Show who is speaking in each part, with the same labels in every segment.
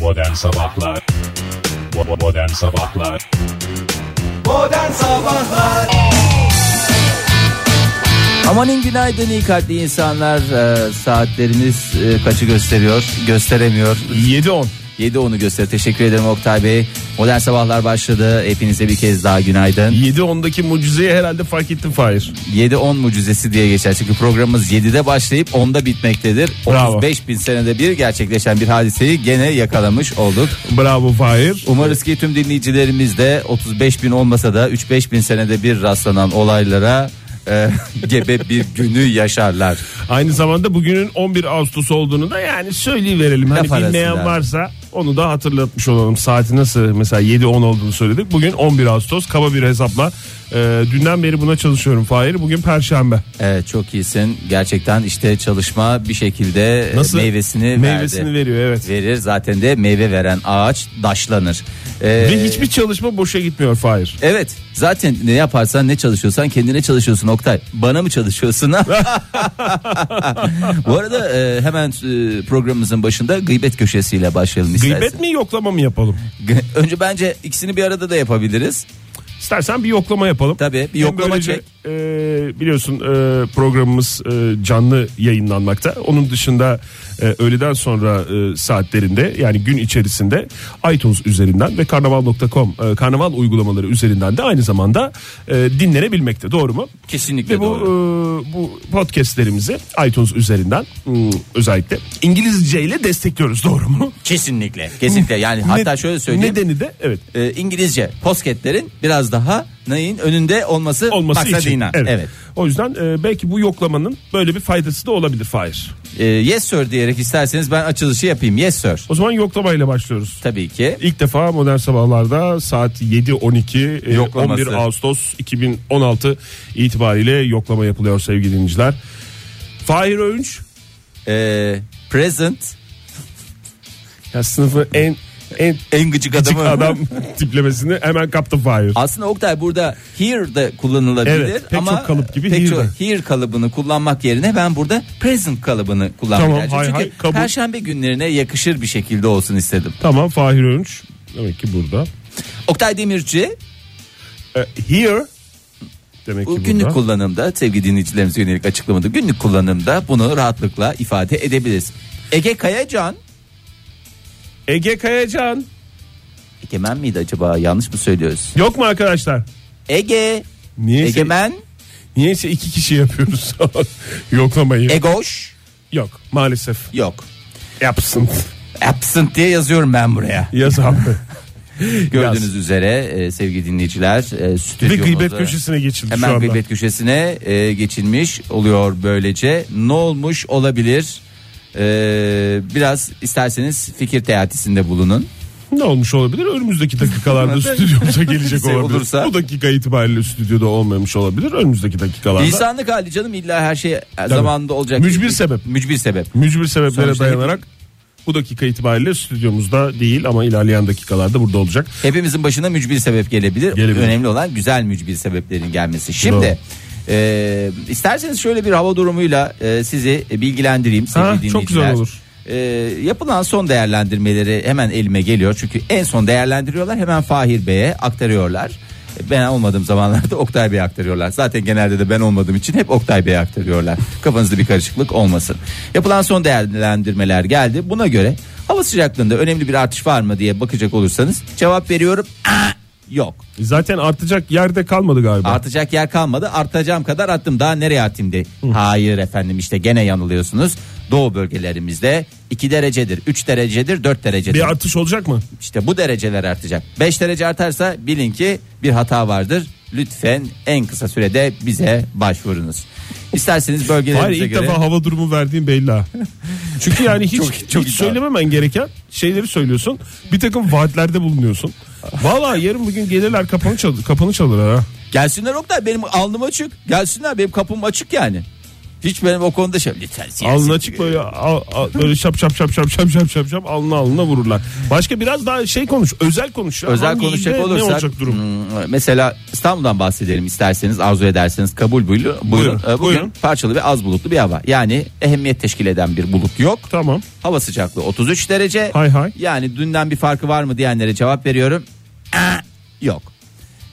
Speaker 1: Modern Sabahlar Bo- Modern Sabahlar
Speaker 2: Modern Sabahlar
Speaker 3: Amanın günaydın iyi kalpli insanlar Ee, saatleriniz e, kaçı gösteriyor gösteremiyor
Speaker 4: 7-10.
Speaker 3: 7.10'u göster teşekkür ederim Oktay Bey Modern Sabahlar başladı hepinize bir kez daha günaydın
Speaker 4: 7-10'daki mucizeyi herhalde fark ettin Fahir.
Speaker 3: 7.10 mucizesi diye geçer çünkü programımız 7'de başlayıp 10'da bitmektedir
Speaker 4: Bravo.
Speaker 3: 35 bin senede bir gerçekleşen bir hadiseyi gene yakalamış olduk
Speaker 4: Bravo Fahir.
Speaker 3: Umarız ki tüm dinleyicilerimiz de 35 bin olmasa da 3-5 bin senede bir rastlanan olaylara e, gebe bir günü yaşarlar.
Speaker 4: Aynı zamanda bugünün 11 Ağustos olduğunu da yani söyleyiverelim. Hani
Speaker 3: Laf arasında.
Speaker 4: bilmeyen varsa onu da hatırlatmış olalım. Saati nasıl mesela 7-10 olduğunu söyledik. Bugün 11 Ağustos kaba bir hesapla. Ee, dünden beri buna çalışıyorum Fahir. Bugün Perşembe.
Speaker 3: Evet E, çok iyisin. Gerçekten işte çalışma bir şekilde e,
Speaker 4: Nasıl?
Speaker 3: meyvesini,
Speaker 4: Meyvesini
Speaker 3: verdi.
Speaker 4: veriyor evet.
Speaker 3: Verir zaten de meyve veren ağaç daşlanır. Ee,
Speaker 4: Ve hiçbir çalışma boşa gitmiyor Fahir.
Speaker 3: Evet zaten ne yaparsan ne çalışıyorsan kendine çalışıyorsun Oktay. Bana mı çalışıyorsun? Bu arada e, hemen e, programımızın başında gıybet köşesiyle başlayalım istersen.
Speaker 4: Gıybet mi yoklama mı yapalım?
Speaker 3: Gı- Önce bence ikisini bir arada da yapabiliriz.
Speaker 4: İstersen bir yoklama yapalım.
Speaker 3: Tabii, bir
Speaker 4: Hem
Speaker 3: yoklama
Speaker 4: böylece,
Speaker 3: çek.
Speaker 4: e, biliyorsun e, programımız e, canlı yayınlanmakta. Onun dışında e, öğleden sonra e, saatlerinde yani gün içerisinde iTunes üzerinden ve karnaval.com e, karnaval uygulamaları üzerinden de aynı zamanda e, dinlenebilmekte. Doğru mu?
Speaker 3: Kesinlikle
Speaker 4: Ve bu
Speaker 3: doğru.
Speaker 4: e, bu podcastlerimizi iTunes üzerinden hmm, özellikle İngilizce ile destekliyoruz. Doğru mu?
Speaker 3: Kesinlikle. Kesinlikle yani E, hatta
Speaker 4: Ne-
Speaker 3: şöyle söyleyeyim.
Speaker 4: Nedeni de evet.
Speaker 3: e, İngilizce posketlerin biraz daha neyin önünde olması,
Speaker 4: olması
Speaker 3: maksadıyla.
Speaker 4: için. Evet.
Speaker 3: Evet.
Speaker 4: O yüzden e, belki bu yoklamanın böyle bir faydası da olabilir Fahir.
Speaker 3: E, yes sir diyerek isterseniz ben açılışı yapayım. Yes sir.
Speaker 4: O zaman yoklamayla başlıyoruz.
Speaker 3: Tabii ki.
Speaker 4: İlk defa modern sabahlarda saat 7.12 e,
Speaker 3: Yoklaması.
Speaker 4: 11 Ağustos 2016 itibariyle yoklama yapılıyor sevgili dinleyiciler. Fahir Öğünç
Speaker 3: E, present
Speaker 4: ya sınıfı en en
Speaker 3: en gıcık
Speaker 4: gıcık
Speaker 3: adamı.
Speaker 4: adam tiplemesini hemen kaptı Fahir.
Speaker 3: Aslında Oktay burada here de kullanılabilir
Speaker 4: Evet, pek
Speaker 3: ama
Speaker 4: çok kalıp gibi
Speaker 3: pek
Speaker 4: here
Speaker 3: çok
Speaker 4: de.
Speaker 3: here kalıbını kullanmak yerine ben burada present kalıbını kullanmak
Speaker 4: Tamam,
Speaker 3: tercih-
Speaker 4: hay
Speaker 3: Çünkü
Speaker 4: hay, kabul.
Speaker 3: perşembe günlerine yakışır bir şekilde olsun istedim.
Speaker 4: Tamam Fahir Öğünç demek ki burada.
Speaker 3: Oktay Demirci
Speaker 4: E, here demek ki
Speaker 3: Bu günlük
Speaker 4: burada.
Speaker 3: kullanımda sevgili dinleyicilerimize yönelik açıklamada günlük kullanımda bunu rahatlıkla ifade edebiliriz. Ege Kayacan
Speaker 4: Ege Kayacan
Speaker 3: Egemen miydi acaba yanlış mı söylüyoruz?
Speaker 4: yok mu arkadaşlar?
Speaker 3: Ege
Speaker 4: Niye
Speaker 3: Egemen
Speaker 4: Niyeyse iki kişi yapıyoruz yoklamayı.
Speaker 3: E- Egoş
Speaker 4: Yok maalesef
Speaker 3: yok.
Speaker 4: yapsın.
Speaker 3: Absent diye yazıyorum ben buraya.
Speaker 4: Yaz abi.
Speaker 3: Gördüğünüz üzere e, sevgili dinleyiciler e,
Speaker 4: Ve
Speaker 3: stüdyomuza
Speaker 4: gıybet köşesine geçildi şu
Speaker 3: hemen
Speaker 4: anda.
Speaker 3: gıybet köşesine e, geçilmiş oluyor böylece. Ne olmuş olabilir? E, biraz isterseniz fikir teatisinde bulunun.
Speaker 4: Ne olmuş olabilir? Önümüzdeki dakikalarda stüdyomuza gelecek
Speaker 3: Bize
Speaker 4: olabilir.
Speaker 3: Şey olursa-
Speaker 4: Bu dakika itibariyle stüdyoda olmamış olabilir. Önümüzdeki dakikalarda.
Speaker 3: İnsanlık hali canım illa her şey zamanında olacak.
Speaker 4: Mücbir
Speaker 3: Bir-
Speaker 4: sebep.
Speaker 3: Mücbir sebep.
Speaker 4: Mücbir sebeplere
Speaker 3: Sonuçta
Speaker 4: dayanarak bu dakika itibariyle stüdyomuzda değil ama ilerleyen dakikalarda burada olacak.
Speaker 3: Hepimizin başına mücbir sebep gelebilir.
Speaker 4: Gelebilir.
Speaker 3: Önemli olan güzel mücbir sebeplerin gelmesi. Şimdi e, isterseniz şöyle bir hava durumuyla e, sizi bilgilendireyim sevgili
Speaker 4: Ha, çok
Speaker 3: dinleyiciler.
Speaker 4: güzel olur.
Speaker 3: E, yapılan son değerlendirmeleri hemen elime geliyor. Çünkü en son değerlendiriyorlar hemen Fahir Bey'e aktarıyorlar. E, Ben olmadığım zamanlarda Oktay Bey'e aktarıyorlar. Zaten genelde de ben olmadığım için hep Oktay Bey'e aktarıyorlar. Kafanızda bir karışıklık olmasın. Yapılan son değerlendirmeler geldi. Buna göre hava sıcaklığında önemli bir artış var mı diye bakacak olursanız cevap veriyorum. "Aa, yok.
Speaker 4: Zaten artacak yerde kalmadı galiba.
Speaker 3: Artacak yer kalmadı. Artacağım kadar attım. Daha nereye atayım de. Hayır efendim işte gene yanılıyorsunuz. Doğu bölgelerimizde 2 derecedir, 3 derecedir, 4 derecedir.
Speaker 4: bir artış olacak mı?
Speaker 3: İşte bu dereceler artacak. 5 derece artarsa bilin ki bir hata vardır. Lütfen en kısa sürede bize başvurunuz. İsterseniz
Speaker 4: Hayır
Speaker 3: bölgelerinize
Speaker 4: ilk
Speaker 3: göre.
Speaker 4: defa hava durumu verdiğin belli ha. Çünkü yani hiç,
Speaker 3: Çok- çok
Speaker 4: hiç
Speaker 3: iddialı.
Speaker 4: söylememen gereken şeyleri söylüyorsun. Bir takım vaatlerde bulunuyorsun. Valla yarın bugün gelirler kapanı, çal- kapanı çalır ha.
Speaker 3: Gelsinler Oktay benim alnım açık. Gelsinler benim kapım açık yani. Hiç benim o konuda şey lütfen siyasi.
Speaker 4: Alnına açık böyle, al- al- böyle şap şap şap şap şap şap şap şap alnına alnına vururlar. Başka biraz daha şey konuş. Özel konuş. ya.
Speaker 3: Özel
Speaker 4: Hangi
Speaker 3: konuşacak
Speaker 4: ilde
Speaker 3: olursak
Speaker 4: Ne olacak durum?
Speaker 3: hmm, mesela İstanbul'dan bahsedelim isterseniz arzu ederseniz kabul buyurun. buyurun. Ee, Bugün
Speaker 4: buyurun.
Speaker 3: parçalı ve az bulutlu bir hava. Yani ehemmiyet teşkil eden bir bulut yok.
Speaker 4: Tamam.
Speaker 3: Hava sıcaklığı 33 derece.
Speaker 4: Hay hay.
Speaker 3: Yani dünden bir farkı var mı diyenlere cevap veriyorum. Aa, yok.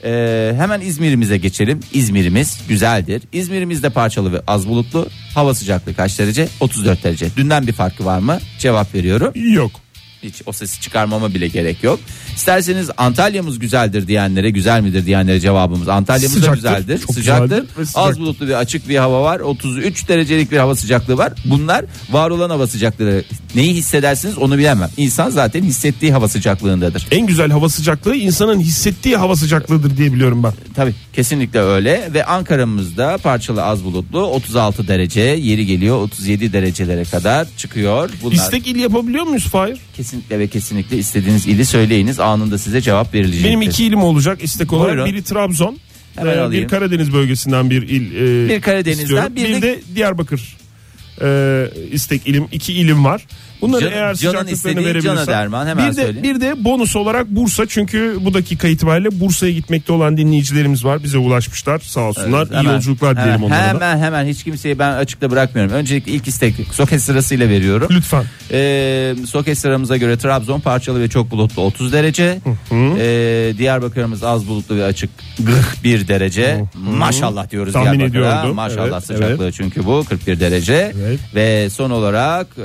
Speaker 3: Ee, hemen İzmir'imize geçelim. İzmir'imiz güzeldir. İzmir'imizde parçalı ve az bulutlu. Hava sıcaklığı kaç derece? 34 derece. Dünden bir farkı var mı? Cevap veriyorum.
Speaker 4: Yok.
Speaker 3: Hiç o sesi çıkarmama bile gerek yok. İsterseniz Antalya'mız güzeldir diyenlere, güzel midir diyenlere cevabımız Antalya'mız da
Speaker 4: Sıcaktır,
Speaker 3: güzeldir.
Speaker 4: çok
Speaker 3: Sıcaktır.
Speaker 4: güzeldir ve sıcaktır.
Speaker 3: Az bulutlu ve açık bir hava var. 33 derecelik bir hava sıcaklığı var. Bunlar var olan hava sıcaklığı. Neyi hissedersiniz onu bilemem. İnsan zaten hissettiği hava sıcaklığındadır.
Speaker 4: En güzel hava sıcaklığı insanın hissettiği hava sıcaklığıdır diye biliyorum ben.
Speaker 3: Tabii kesinlikle öyle ve Ankara'mızda parçalı az bulutlu 36 derece yeri geliyor 37 derecelere kadar çıkıyor. Bunlar
Speaker 4: İstek il yapabiliyor muyuz Fahir?
Speaker 3: kesinlikle ve kesinlikle istediğiniz ili söyleyiniz anında size cevap verilecektir.
Speaker 4: Benim iki ilim olacak istek olarak.
Speaker 3: Buyurun.
Speaker 4: Biri Trabzon.
Speaker 3: Hemen
Speaker 4: e,
Speaker 3: alayım.
Speaker 4: bir Karadeniz bölgesinden bir il e,
Speaker 3: Bir Karadeniz'den,
Speaker 4: istiyorum.
Speaker 3: bir
Speaker 4: bir,
Speaker 3: de-
Speaker 4: de, Diyarbakır e, istek ilim iki ilim var. Bunları
Speaker 3: Can-
Speaker 4: eğer
Speaker 3: canın istediği
Speaker 4: sıcaklıklarını verebilirsem.
Speaker 3: cana derman, hemen
Speaker 4: bir de
Speaker 3: söyleyeyim.
Speaker 4: bir de bonus olarak Bursa çünkü bu dakika itibariyle Bursa'ya gitmekte olan dinleyicilerimiz var. Bize ulaşmışlar. Sağ olsunlar.
Speaker 3: Evet, hemen,
Speaker 4: İyi yolculuklar
Speaker 3: hemen,
Speaker 4: dilerim onlara. da.
Speaker 3: Hemen hemen hiç kimseyi ben açıkta bırakmıyorum. Öncelikle ilk istek soket sırasıyla veriyorum.
Speaker 4: Lütfen.
Speaker 3: Ee, soket sıramıza göre Trabzon parçalı ve çok bulutlu 30 derece. Ee, Diyarbakır'ımız az bulutlu ve açık 41 derece. Maşallah diyoruz
Speaker 4: Tahmin
Speaker 3: Diyarbakır'a.
Speaker 4: ediyordum.
Speaker 3: Maşallah
Speaker 4: Evet,
Speaker 3: sıcaklığı çünkü bu 41 derece.
Speaker 4: Evet.
Speaker 3: Ve son olarak e,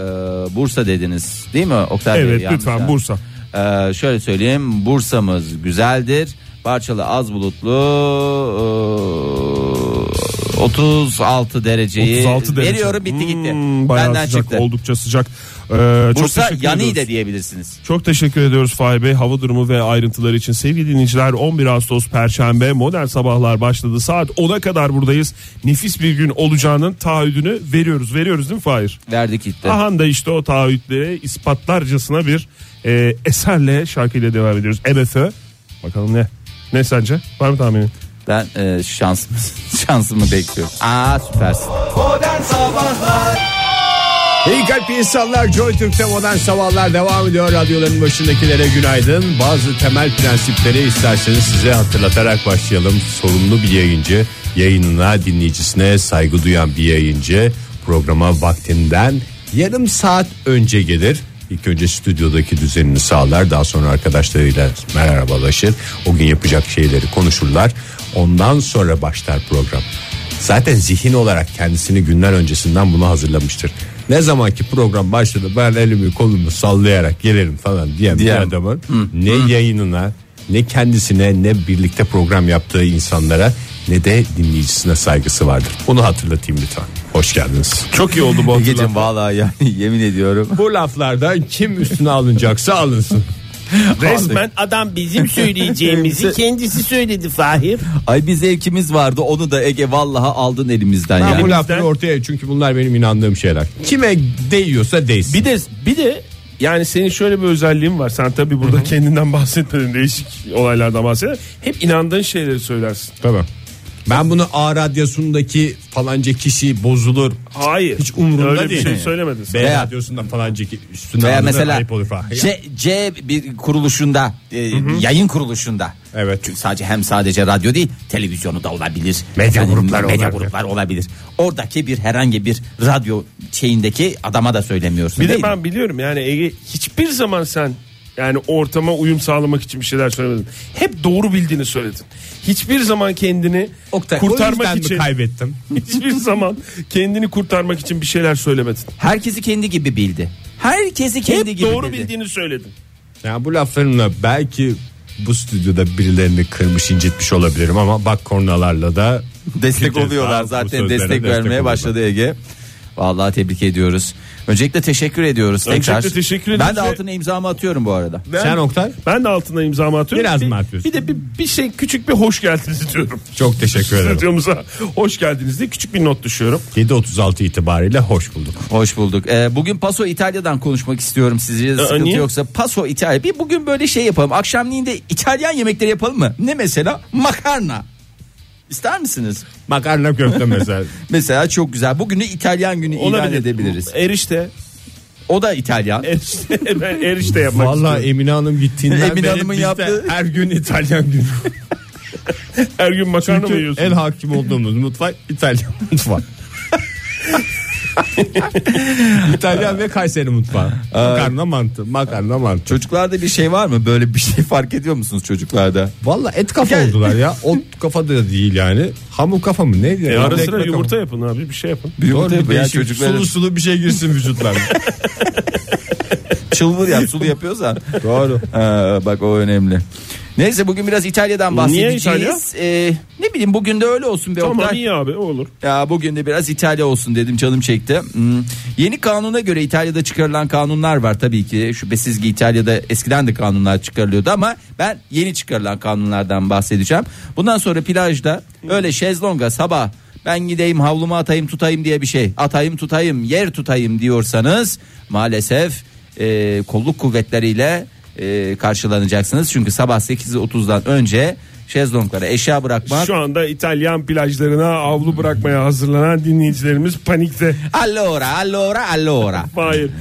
Speaker 3: Bursa dediniz değil mi Oktay Bey?
Speaker 4: Evet
Speaker 3: Yanlış
Speaker 4: lütfen
Speaker 3: ha?
Speaker 4: Bursa.
Speaker 3: Ee, şöyle söyleyeyim Bursa'mız güzeldir. Parçalı az bulutlu e, ee, 36 dereceyi
Speaker 4: 36 derece.
Speaker 3: Ee, veriyorum bitti gitti.
Speaker 4: Hmm, bayağı
Speaker 3: Benden
Speaker 4: sıcak,
Speaker 3: çıktı.
Speaker 4: Oldukça sıcak. Ee, çok
Speaker 3: Bursa
Speaker 4: teşekkür
Speaker 3: yanı
Speaker 4: ediyoruz.
Speaker 3: da diyebilirsiniz.
Speaker 4: Çok teşekkür ediyoruz Fahir Bey. Hava durumu ve ayrıntıları için sevgili dinleyiciler 11 Ağustos Perşembe modern sabahlar başladı. Saat 10'a kadar buradayız. Nefis bir gün olacağının taahhüdünü veriyoruz. Veriyoruz değil mi Fahir?
Speaker 3: Verdik gitti.
Speaker 4: Ahan da işte o taahhütleri ispatlarcasına bir e, eserle şarkıyla devam ediyoruz. MFÖ. Bakalım ne? Ne sence? Var mı tahminin?
Speaker 3: Ben e, şansımı, şansımı bekliyorum. Aa süpersin.
Speaker 2: Modern Sabahlar
Speaker 5: İyi kalp insanlar Joy Türk'te modern sabahlar devam ediyor. Radyoların başındakilere günaydın. Bazı temel prensipleri isterseniz size hatırlatarak başlayalım. Sorumlu bir yayıncı, yayınına dinleyicisine saygı duyan bir yayıncı programa vaktinden yarım saat önce gelir. İlk önce stüdyodaki düzenini sağlar daha sonra arkadaşlarıyla merhabalaşır. O gün yapacak şeyleri konuşurlar. Ondan sonra başlar program. Zaten zihin olarak kendisini günler öncesinden buna hazırlamıştır. Ne zamanki program başladı ben elimi kolumu sallayarak gelirim falan diyen bir adamın ne yayınına ne kendisine ne birlikte program yaptığı insanlara ne de dinleyicisine saygısı vardır. Bunu hatırlatayım lütfen. Hoş geldiniz.
Speaker 4: Çok iyi oldu bu
Speaker 3: Gecim vallahi yani yemin ediyorum.
Speaker 5: Bu laflardan kim üstüne alınacaksa alınsın.
Speaker 6: Resmen adam bizim söyleyeceğimizi kendisi söyledi Fahir.
Speaker 3: Ay bir zevkimiz vardı onu da Ege vallaha aldın elimizden
Speaker 5: Ben bu
Speaker 3: yani.
Speaker 5: lafları ortaya çünkü bunlar benim inandığım şeyler. Kime değiyorsa değsin.
Speaker 4: Bir de bir de yani senin şöyle bir özelliğin var. Sen tabii burada kendinden bahsetmedin. Değişik olaylardan bahsediyorsun. Hep inandığın şeyleri söylersin.
Speaker 5: Tamam. Ben bunu A radyosundaki falanca kişi bozulur.
Speaker 4: Hayır.
Speaker 5: Hiç umurumda
Speaker 4: Öyle bir
Speaker 5: değil.
Speaker 4: şey söylemedin. sen.
Speaker 5: B
Speaker 3: Veya-
Speaker 5: radyosunda falanca ki- üstüne
Speaker 3: Veya
Speaker 5: alınır,
Speaker 3: mesela
Speaker 5: ayıp olur falan.
Speaker 3: C, C bir kuruluşunda e, yayın kuruluşunda.
Speaker 5: Evet.
Speaker 3: Çünkü sadece hem sadece radyo değil televizyonu da olabilir.
Speaker 5: Medya grupları
Speaker 3: medya
Speaker 5: olabilir.
Speaker 3: gruplar olabilir. Oradaki bir herhangi bir radyo şeyindeki adama da söylemiyorsun
Speaker 4: Bir
Speaker 3: değil
Speaker 4: de
Speaker 3: mi?
Speaker 4: ben biliyorum yani Ege hiçbir zaman sen yani ortama uyum sağlamak için bir şeyler söylemedin. Hep doğru bildiğini söyledin. Hiçbir zaman kendini
Speaker 3: Oktay,
Speaker 4: kurtarmak
Speaker 5: mi
Speaker 4: için
Speaker 5: kaybettim?
Speaker 4: hiçbir zaman kendini kurtarmak için bir şeyler söylemedin.
Speaker 3: Herkesi kendi gibi bildi. Herkesi kendi
Speaker 4: Hep
Speaker 3: gibi
Speaker 4: doğru
Speaker 3: dedi.
Speaker 4: bildiğini söyledin.
Speaker 5: Yani bu laflarımla belki bu stüdyoda birilerini kırmış incitmiş olabilirim ama bak kornalarla da
Speaker 3: Destek
Speaker 5: Gideceğiz
Speaker 3: oluyorlar
Speaker 5: abi, bu
Speaker 3: zaten
Speaker 5: sözlere
Speaker 3: destek,
Speaker 5: destek
Speaker 3: vermeye
Speaker 5: oluyorlar.
Speaker 3: başladı Ege. Vallahi tebrik ediyoruz. Öncelikle teşekkür ediyoruz
Speaker 4: Öncelikle
Speaker 3: tekrar.
Speaker 4: teşekkür
Speaker 3: ben
Speaker 4: ederiz
Speaker 3: de
Speaker 4: ve-
Speaker 3: altına imzamı atıyorum bu arada.
Speaker 5: Sen Oktay
Speaker 4: Ben de altına imzamı atıyorum.
Speaker 5: Biraz
Speaker 4: Bir-
Speaker 5: mı atıyorsun?
Speaker 4: Bir de bir, bir şey küçük bir hoş geldiniz diyorum.
Speaker 5: çok teşekkür ederim.
Speaker 4: Stüdyomuza hoş geldiniz diye küçük bir not düşüyorum.
Speaker 5: 7.36 itibariyle hoş bulduk.
Speaker 3: Hoş bulduk. Ee, bugün Paso İtalya'dan konuşmak istiyorum sizce sıkıntı
Speaker 4: niye?
Speaker 3: yoksa. Paso İtalya. Bir bugün böyle şey yapalım. Akşamleyin de İtalyan yemekleri yapalım mı? Ne mesela? Makarna. İster misiniz?
Speaker 5: Makarna köfte mesela.
Speaker 3: Mesela çok güzel. Bugünü İtalyan günü ilan
Speaker 4: Olabilir.
Speaker 3: edebiliriz.
Speaker 4: Erişte.
Speaker 3: O da İtalyan.
Speaker 4: Erişte. ben erişte yapmak
Speaker 5: Valla
Speaker 4: istiyorum.
Speaker 5: Emine Hanım gittiğinden
Speaker 3: Emine
Speaker 5: beri
Speaker 3: Hanım'ın
Speaker 5: biz de
Speaker 3: yaptığı-
Speaker 5: her gün İtalyan günü.
Speaker 4: Her gün makarna mı
Speaker 5: Çünkü
Speaker 4: yiyorsun?
Speaker 5: en hakim olduğumuz mutfak İtalyan mutfağı. İtalyan ve Kayseri mutfağı. Makarna mantı, makarna mantı.
Speaker 3: Çocuklarda bir şey var mı? Böyle bir şey fark ediyor musunuz çocuklarda?
Speaker 5: Valla et kafa
Speaker 3: Gel.
Speaker 5: oldular ya. Ot kafa da değil yani. Hamur kafa mı neydi?
Speaker 4: E
Speaker 5: ya?
Speaker 4: ara
Speaker 5: Ekmek
Speaker 4: sıra
Speaker 5: kafa.
Speaker 4: yumurta yapın abi bir şey yapın.
Speaker 5: Doğru
Speaker 3: Yumurta
Speaker 5: bir
Speaker 3: yapıyor ya
Speaker 5: değişik.
Speaker 3: çocuklara.
Speaker 5: Sulu sulu bir şey girsin vücutlarına.
Speaker 3: Çılbır yap sulu yapıyorsan.
Speaker 5: Doğru.
Speaker 3: Ha, bak o önemli. Neyse bugün biraz İtalya'dan bahsedeceğiz.
Speaker 4: İtalya?
Speaker 3: Ee, ne bileyim bugün de öyle olsun be
Speaker 4: Tamam
Speaker 3: Oktay.
Speaker 4: iyi abi o olur.
Speaker 3: Ya bugün de biraz İtalya olsun dedim canım çekti. Hmm. Yeni kanuna göre İtalya'da çıkarılan kanunlar var tabii ki. Şüphesiz ki İtalya'da eskiden de kanunlar çıkarılıyordu ama ben yeni çıkarılan kanunlardan bahsedeceğim. Bundan sonra plajda öyle şezlonga sabah ben gideyim havlumu atayım tutayım diye bir şey atayım tutayım yer tutayım diyorsanız maalesef e, kolluk kuvvetleriyle e, karşılanacaksınız. Çünkü sabah 8.30'dan önce şezlonglara eşya bırakmak
Speaker 4: Şu anda İtalyan plajlarına avlu bırakmaya hazırlanan dinleyicilerimiz panikte.
Speaker 3: Allora, allora, allora.
Speaker 4: Hayır.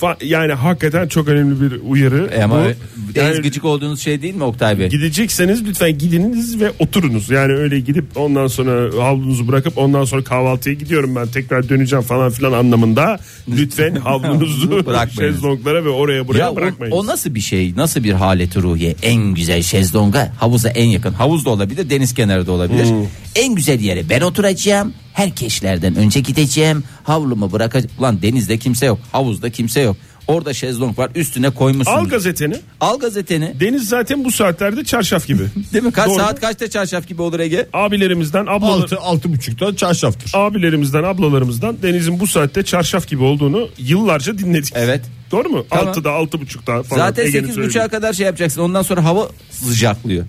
Speaker 4: Fa- yani hakikaten çok önemli bir uyarı.
Speaker 3: E Ama
Speaker 4: bu.
Speaker 3: en
Speaker 4: Yani
Speaker 3: gıcık olduğunuz şey değil mi Oktay Bey?
Speaker 4: gidecekseniz lütfen gidiniz ve oturunuz. Yani öyle gidip ondan sonra havlunuzu bırakıp ondan sonra kahvaltıya gidiyorum ben tekrar döneceğim falan filan anlamında lütfen havlunuzu
Speaker 3: Bırakmayın.
Speaker 4: şezlonglara ve oraya buraya
Speaker 3: Ya o,
Speaker 4: bırakmayın.
Speaker 3: o nasıl bir şey? Nasıl bir haleti ruhiye? En güzel şezlonga havuza en yakın. Havuz da olabilir, deniz kenarı da olabilir.
Speaker 4: Hmm.
Speaker 3: En güzel yere ben oturacağım. Herkeslerden önce gideceğim. Havlumu bırakacağım. Ulan denizde kimse yok. Havuzda kimse yok. Orada şezlong var. Üstüne koymuşsun.
Speaker 4: Al gazeteni.
Speaker 3: Al gazeteni.
Speaker 4: Deniz zaten bu saatlerde çarşaf gibi.
Speaker 3: Değil mi? Kaç
Speaker 4: Doğru.
Speaker 3: saat kaçta çarşaf gibi olur Ege?
Speaker 4: Abilerimizden, ablalar,
Speaker 5: altı, altı buçukta çarşaftır.
Speaker 4: abilerimizden, ablalarımızdan denizin bu saatte çarşaf gibi olduğunu yıllarca dinledik.
Speaker 3: Evet.
Speaker 4: Doğru mu?
Speaker 3: Tamam.
Speaker 4: Altıda, altı buçukta falan.
Speaker 3: Zaten
Speaker 4: Ege'nin
Speaker 3: 8.30'a
Speaker 4: söylediği. Hmm.
Speaker 3: kadar şey yapacaksın. Ondan sonra hava sıcaklıyor.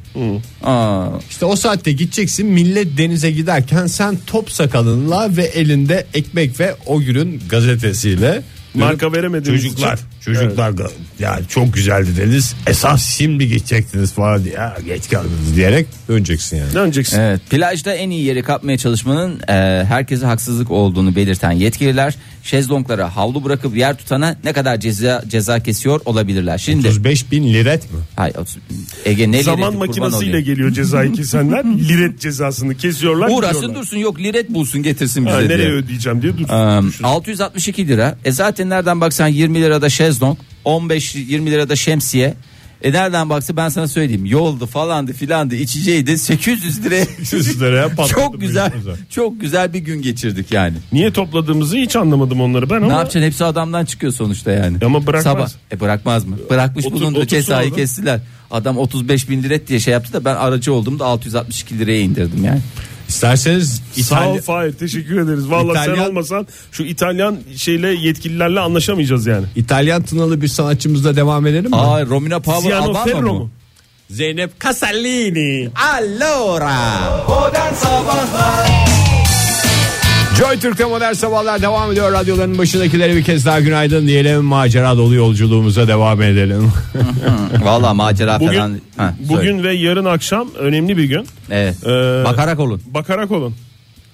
Speaker 3: Aa,
Speaker 5: İşte o saatte gideceksin millet denize giderken sen top sakalınla ve elinde ekmek ve o günün gazetesiyle
Speaker 4: Marka veremediğimiz
Speaker 5: Çocuklar,
Speaker 4: için.
Speaker 5: çocuklar da- yani çok güzeldi deniz. Esas şimdi geçecektiniz falan diye "Ya geç kaldınız diyerek döneceksin yani.
Speaker 4: Ne önceksin?
Speaker 3: Evet, plajda en iyi yeri kapmaya çalışmanın e, herkese haksızlık olduğunu belirten yetkililer şezlonglara havlu bırakıp yer tutana ne kadar ceza ceza kesiyor olabilirler. Şimdi
Speaker 5: 35 bin liret mi?
Speaker 3: hay otuz- Ege ne
Speaker 4: Zaman
Speaker 3: lireti, kurban
Speaker 4: makinesiyle
Speaker 3: olayım.
Speaker 4: geliyor cezayı kesenler. liret cezasını kesiyorlar.
Speaker 3: uğraşsın
Speaker 4: gidiyorlar.
Speaker 3: dursun yok liret bulsun getirsin bize Hmm,
Speaker 4: Ha, nereye
Speaker 3: diye.
Speaker 4: ödeyeceğim diye dur.
Speaker 3: Eee, 662 lira. E zaten nereden baksan 20 lirada şezlong, 15-20 lirada şemsiye. E nereden baksa ben sana söyleyeyim. Yoldu falandı filandı içeceğiydi 800 liraya.
Speaker 5: 800 liraya patladı bu
Speaker 3: çok güzel.
Speaker 5: işimize.
Speaker 3: Çok güzel bir gün geçirdik yani.
Speaker 4: Niye topladığımızı hiç anlamadım onları ben ama.
Speaker 3: Ne yapacaksın hepsi adamdan çıkıyor sonuçta yani.
Speaker 4: Ama bırakmaz.
Speaker 3: Sabah. E bırakmaz mı? Bırakmış
Speaker 4: Otur-
Speaker 3: bulundu
Speaker 4: otursun
Speaker 3: cezayı
Speaker 4: orada.
Speaker 3: kestiler. Adam 35 bin liret diye şey yaptı da ben aracı olduğumda 662 liraya indirdim yani.
Speaker 5: İsterseniz
Speaker 4: Sağ ol
Speaker 5: İtalya,
Speaker 4: Fahir teşekkür ederiz. Valla sen
Speaker 5: İtalyan-
Speaker 4: olmasan şu İtalyan şeyle yetkililerle anlaşamayacağız yani.
Speaker 5: İtalyan tınalı bir sanatçımızla devam edelim mi?
Speaker 3: Aa Romina Power
Speaker 4: Siano
Speaker 3: Alban
Speaker 4: Ferro
Speaker 3: mı?
Speaker 4: mu?
Speaker 3: mu?
Speaker 5: Zeynep Kasallini.
Speaker 3: Allora.
Speaker 2: Modern Sabahlar
Speaker 5: Joy Türk'te modern sabahlar devam ediyor. Radyoların başındakilere bir kez daha günaydın diyelim. Macera dolu yolculuğumuza devam edelim.
Speaker 3: Valla macera
Speaker 4: Bugün,
Speaker 3: falan. Ha, söyle.
Speaker 4: bugün ve yarın akşam önemli bir gün.
Speaker 3: Evet.
Speaker 4: Ee,
Speaker 3: Bakarak olun.
Speaker 4: Bakarak olun.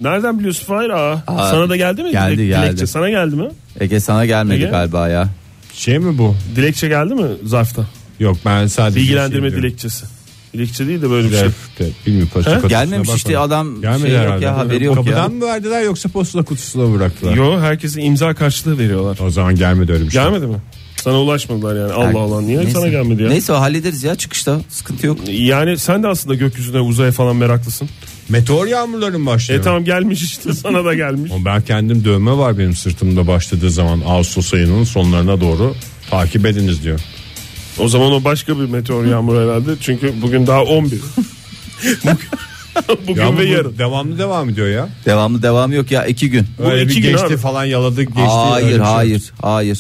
Speaker 4: Nereden biliyorsun Fahir? Aa,
Speaker 3: Aa,
Speaker 4: sana da geldi mi?
Speaker 3: geldi, geldi.
Speaker 4: Dilekçe sana geldi mi?
Speaker 3: Ege sana gelmedi
Speaker 4: Ege?
Speaker 3: galiba ya.
Speaker 5: şey mi bu?
Speaker 4: Dilekçe geldi mi zarfta?
Speaker 5: Yok ben sadece
Speaker 4: Bilgilendirme
Speaker 5: şey diyorum.
Speaker 4: dilekçesi. Dilekçe değil de böyle bir şey.
Speaker 5: Dilekçe. Bilmiyorum, posta
Speaker 4: Ha?
Speaker 5: kutusuna
Speaker 3: Gelmemiş işte
Speaker 5: bakmadım.
Speaker 3: adam
Speaker 5: Gelmedi
Speaker 3: şey yok
Speaker 5: herhalde.
Speaker 3: ya, haberi yok
Speaker 5: Kapıdan
Speaker 3: ya.
Speaker 5: mı verdiler yoksa posta kutusuna mı bıraktılar?
Speaker 4: Yo herkese imza karşılığı veriyorlar.
Speaker 5: O zaman gelmedi öyle bir şey.
Speaker 4: Gelmedi mi? Sana ulaşmadılar yani.
Speaker 3: Yani,
Speaker 4: Allah Allah niye
Speaker 3: neyse.
Speaker 4: sana gelmedi ya?
Speaker 3: Neyse o hallederiz ya çıkışta. Sıkıntı yok.
Speaker 4: Yani sen de aslında gökyüzüne uzaya falan meraklısın.
Speaker 5: Meteor yağmurların başlıyor.
Speaker 4: E tamam gelmiş işte sana da gelmiş.
Speaker 5: Ama Ben kendim dövme var benim sırtımda başladığı zaman Ağustos ayının sonlarına doğru takip ediniz diyor.
Speaker 4: O zaman o başka bir meteor yağmuru herhalde. Çünkü bugün daha 11. bugün
Speaker 5: Yağmur
Speaker 4: ve
Speaker 5: bu
Speaker 4: yarın.
Speaker 5: devamlı devam ediyor ya.
Speaker 3: Devamlı devam yok ya iki gün.
Speaker 4: Bu
Speaker 5: Öyle
Speaker 4: iki
Speaker 5: bir
Speaker 4: gün
Speaker 5: geçti
Speaker 4: abi.
Speaker 5: falan yaladık geçti. öyle bir
Speaker 3: Hayır
Speaker 5: şey.
Speaker 3: hayır hayır.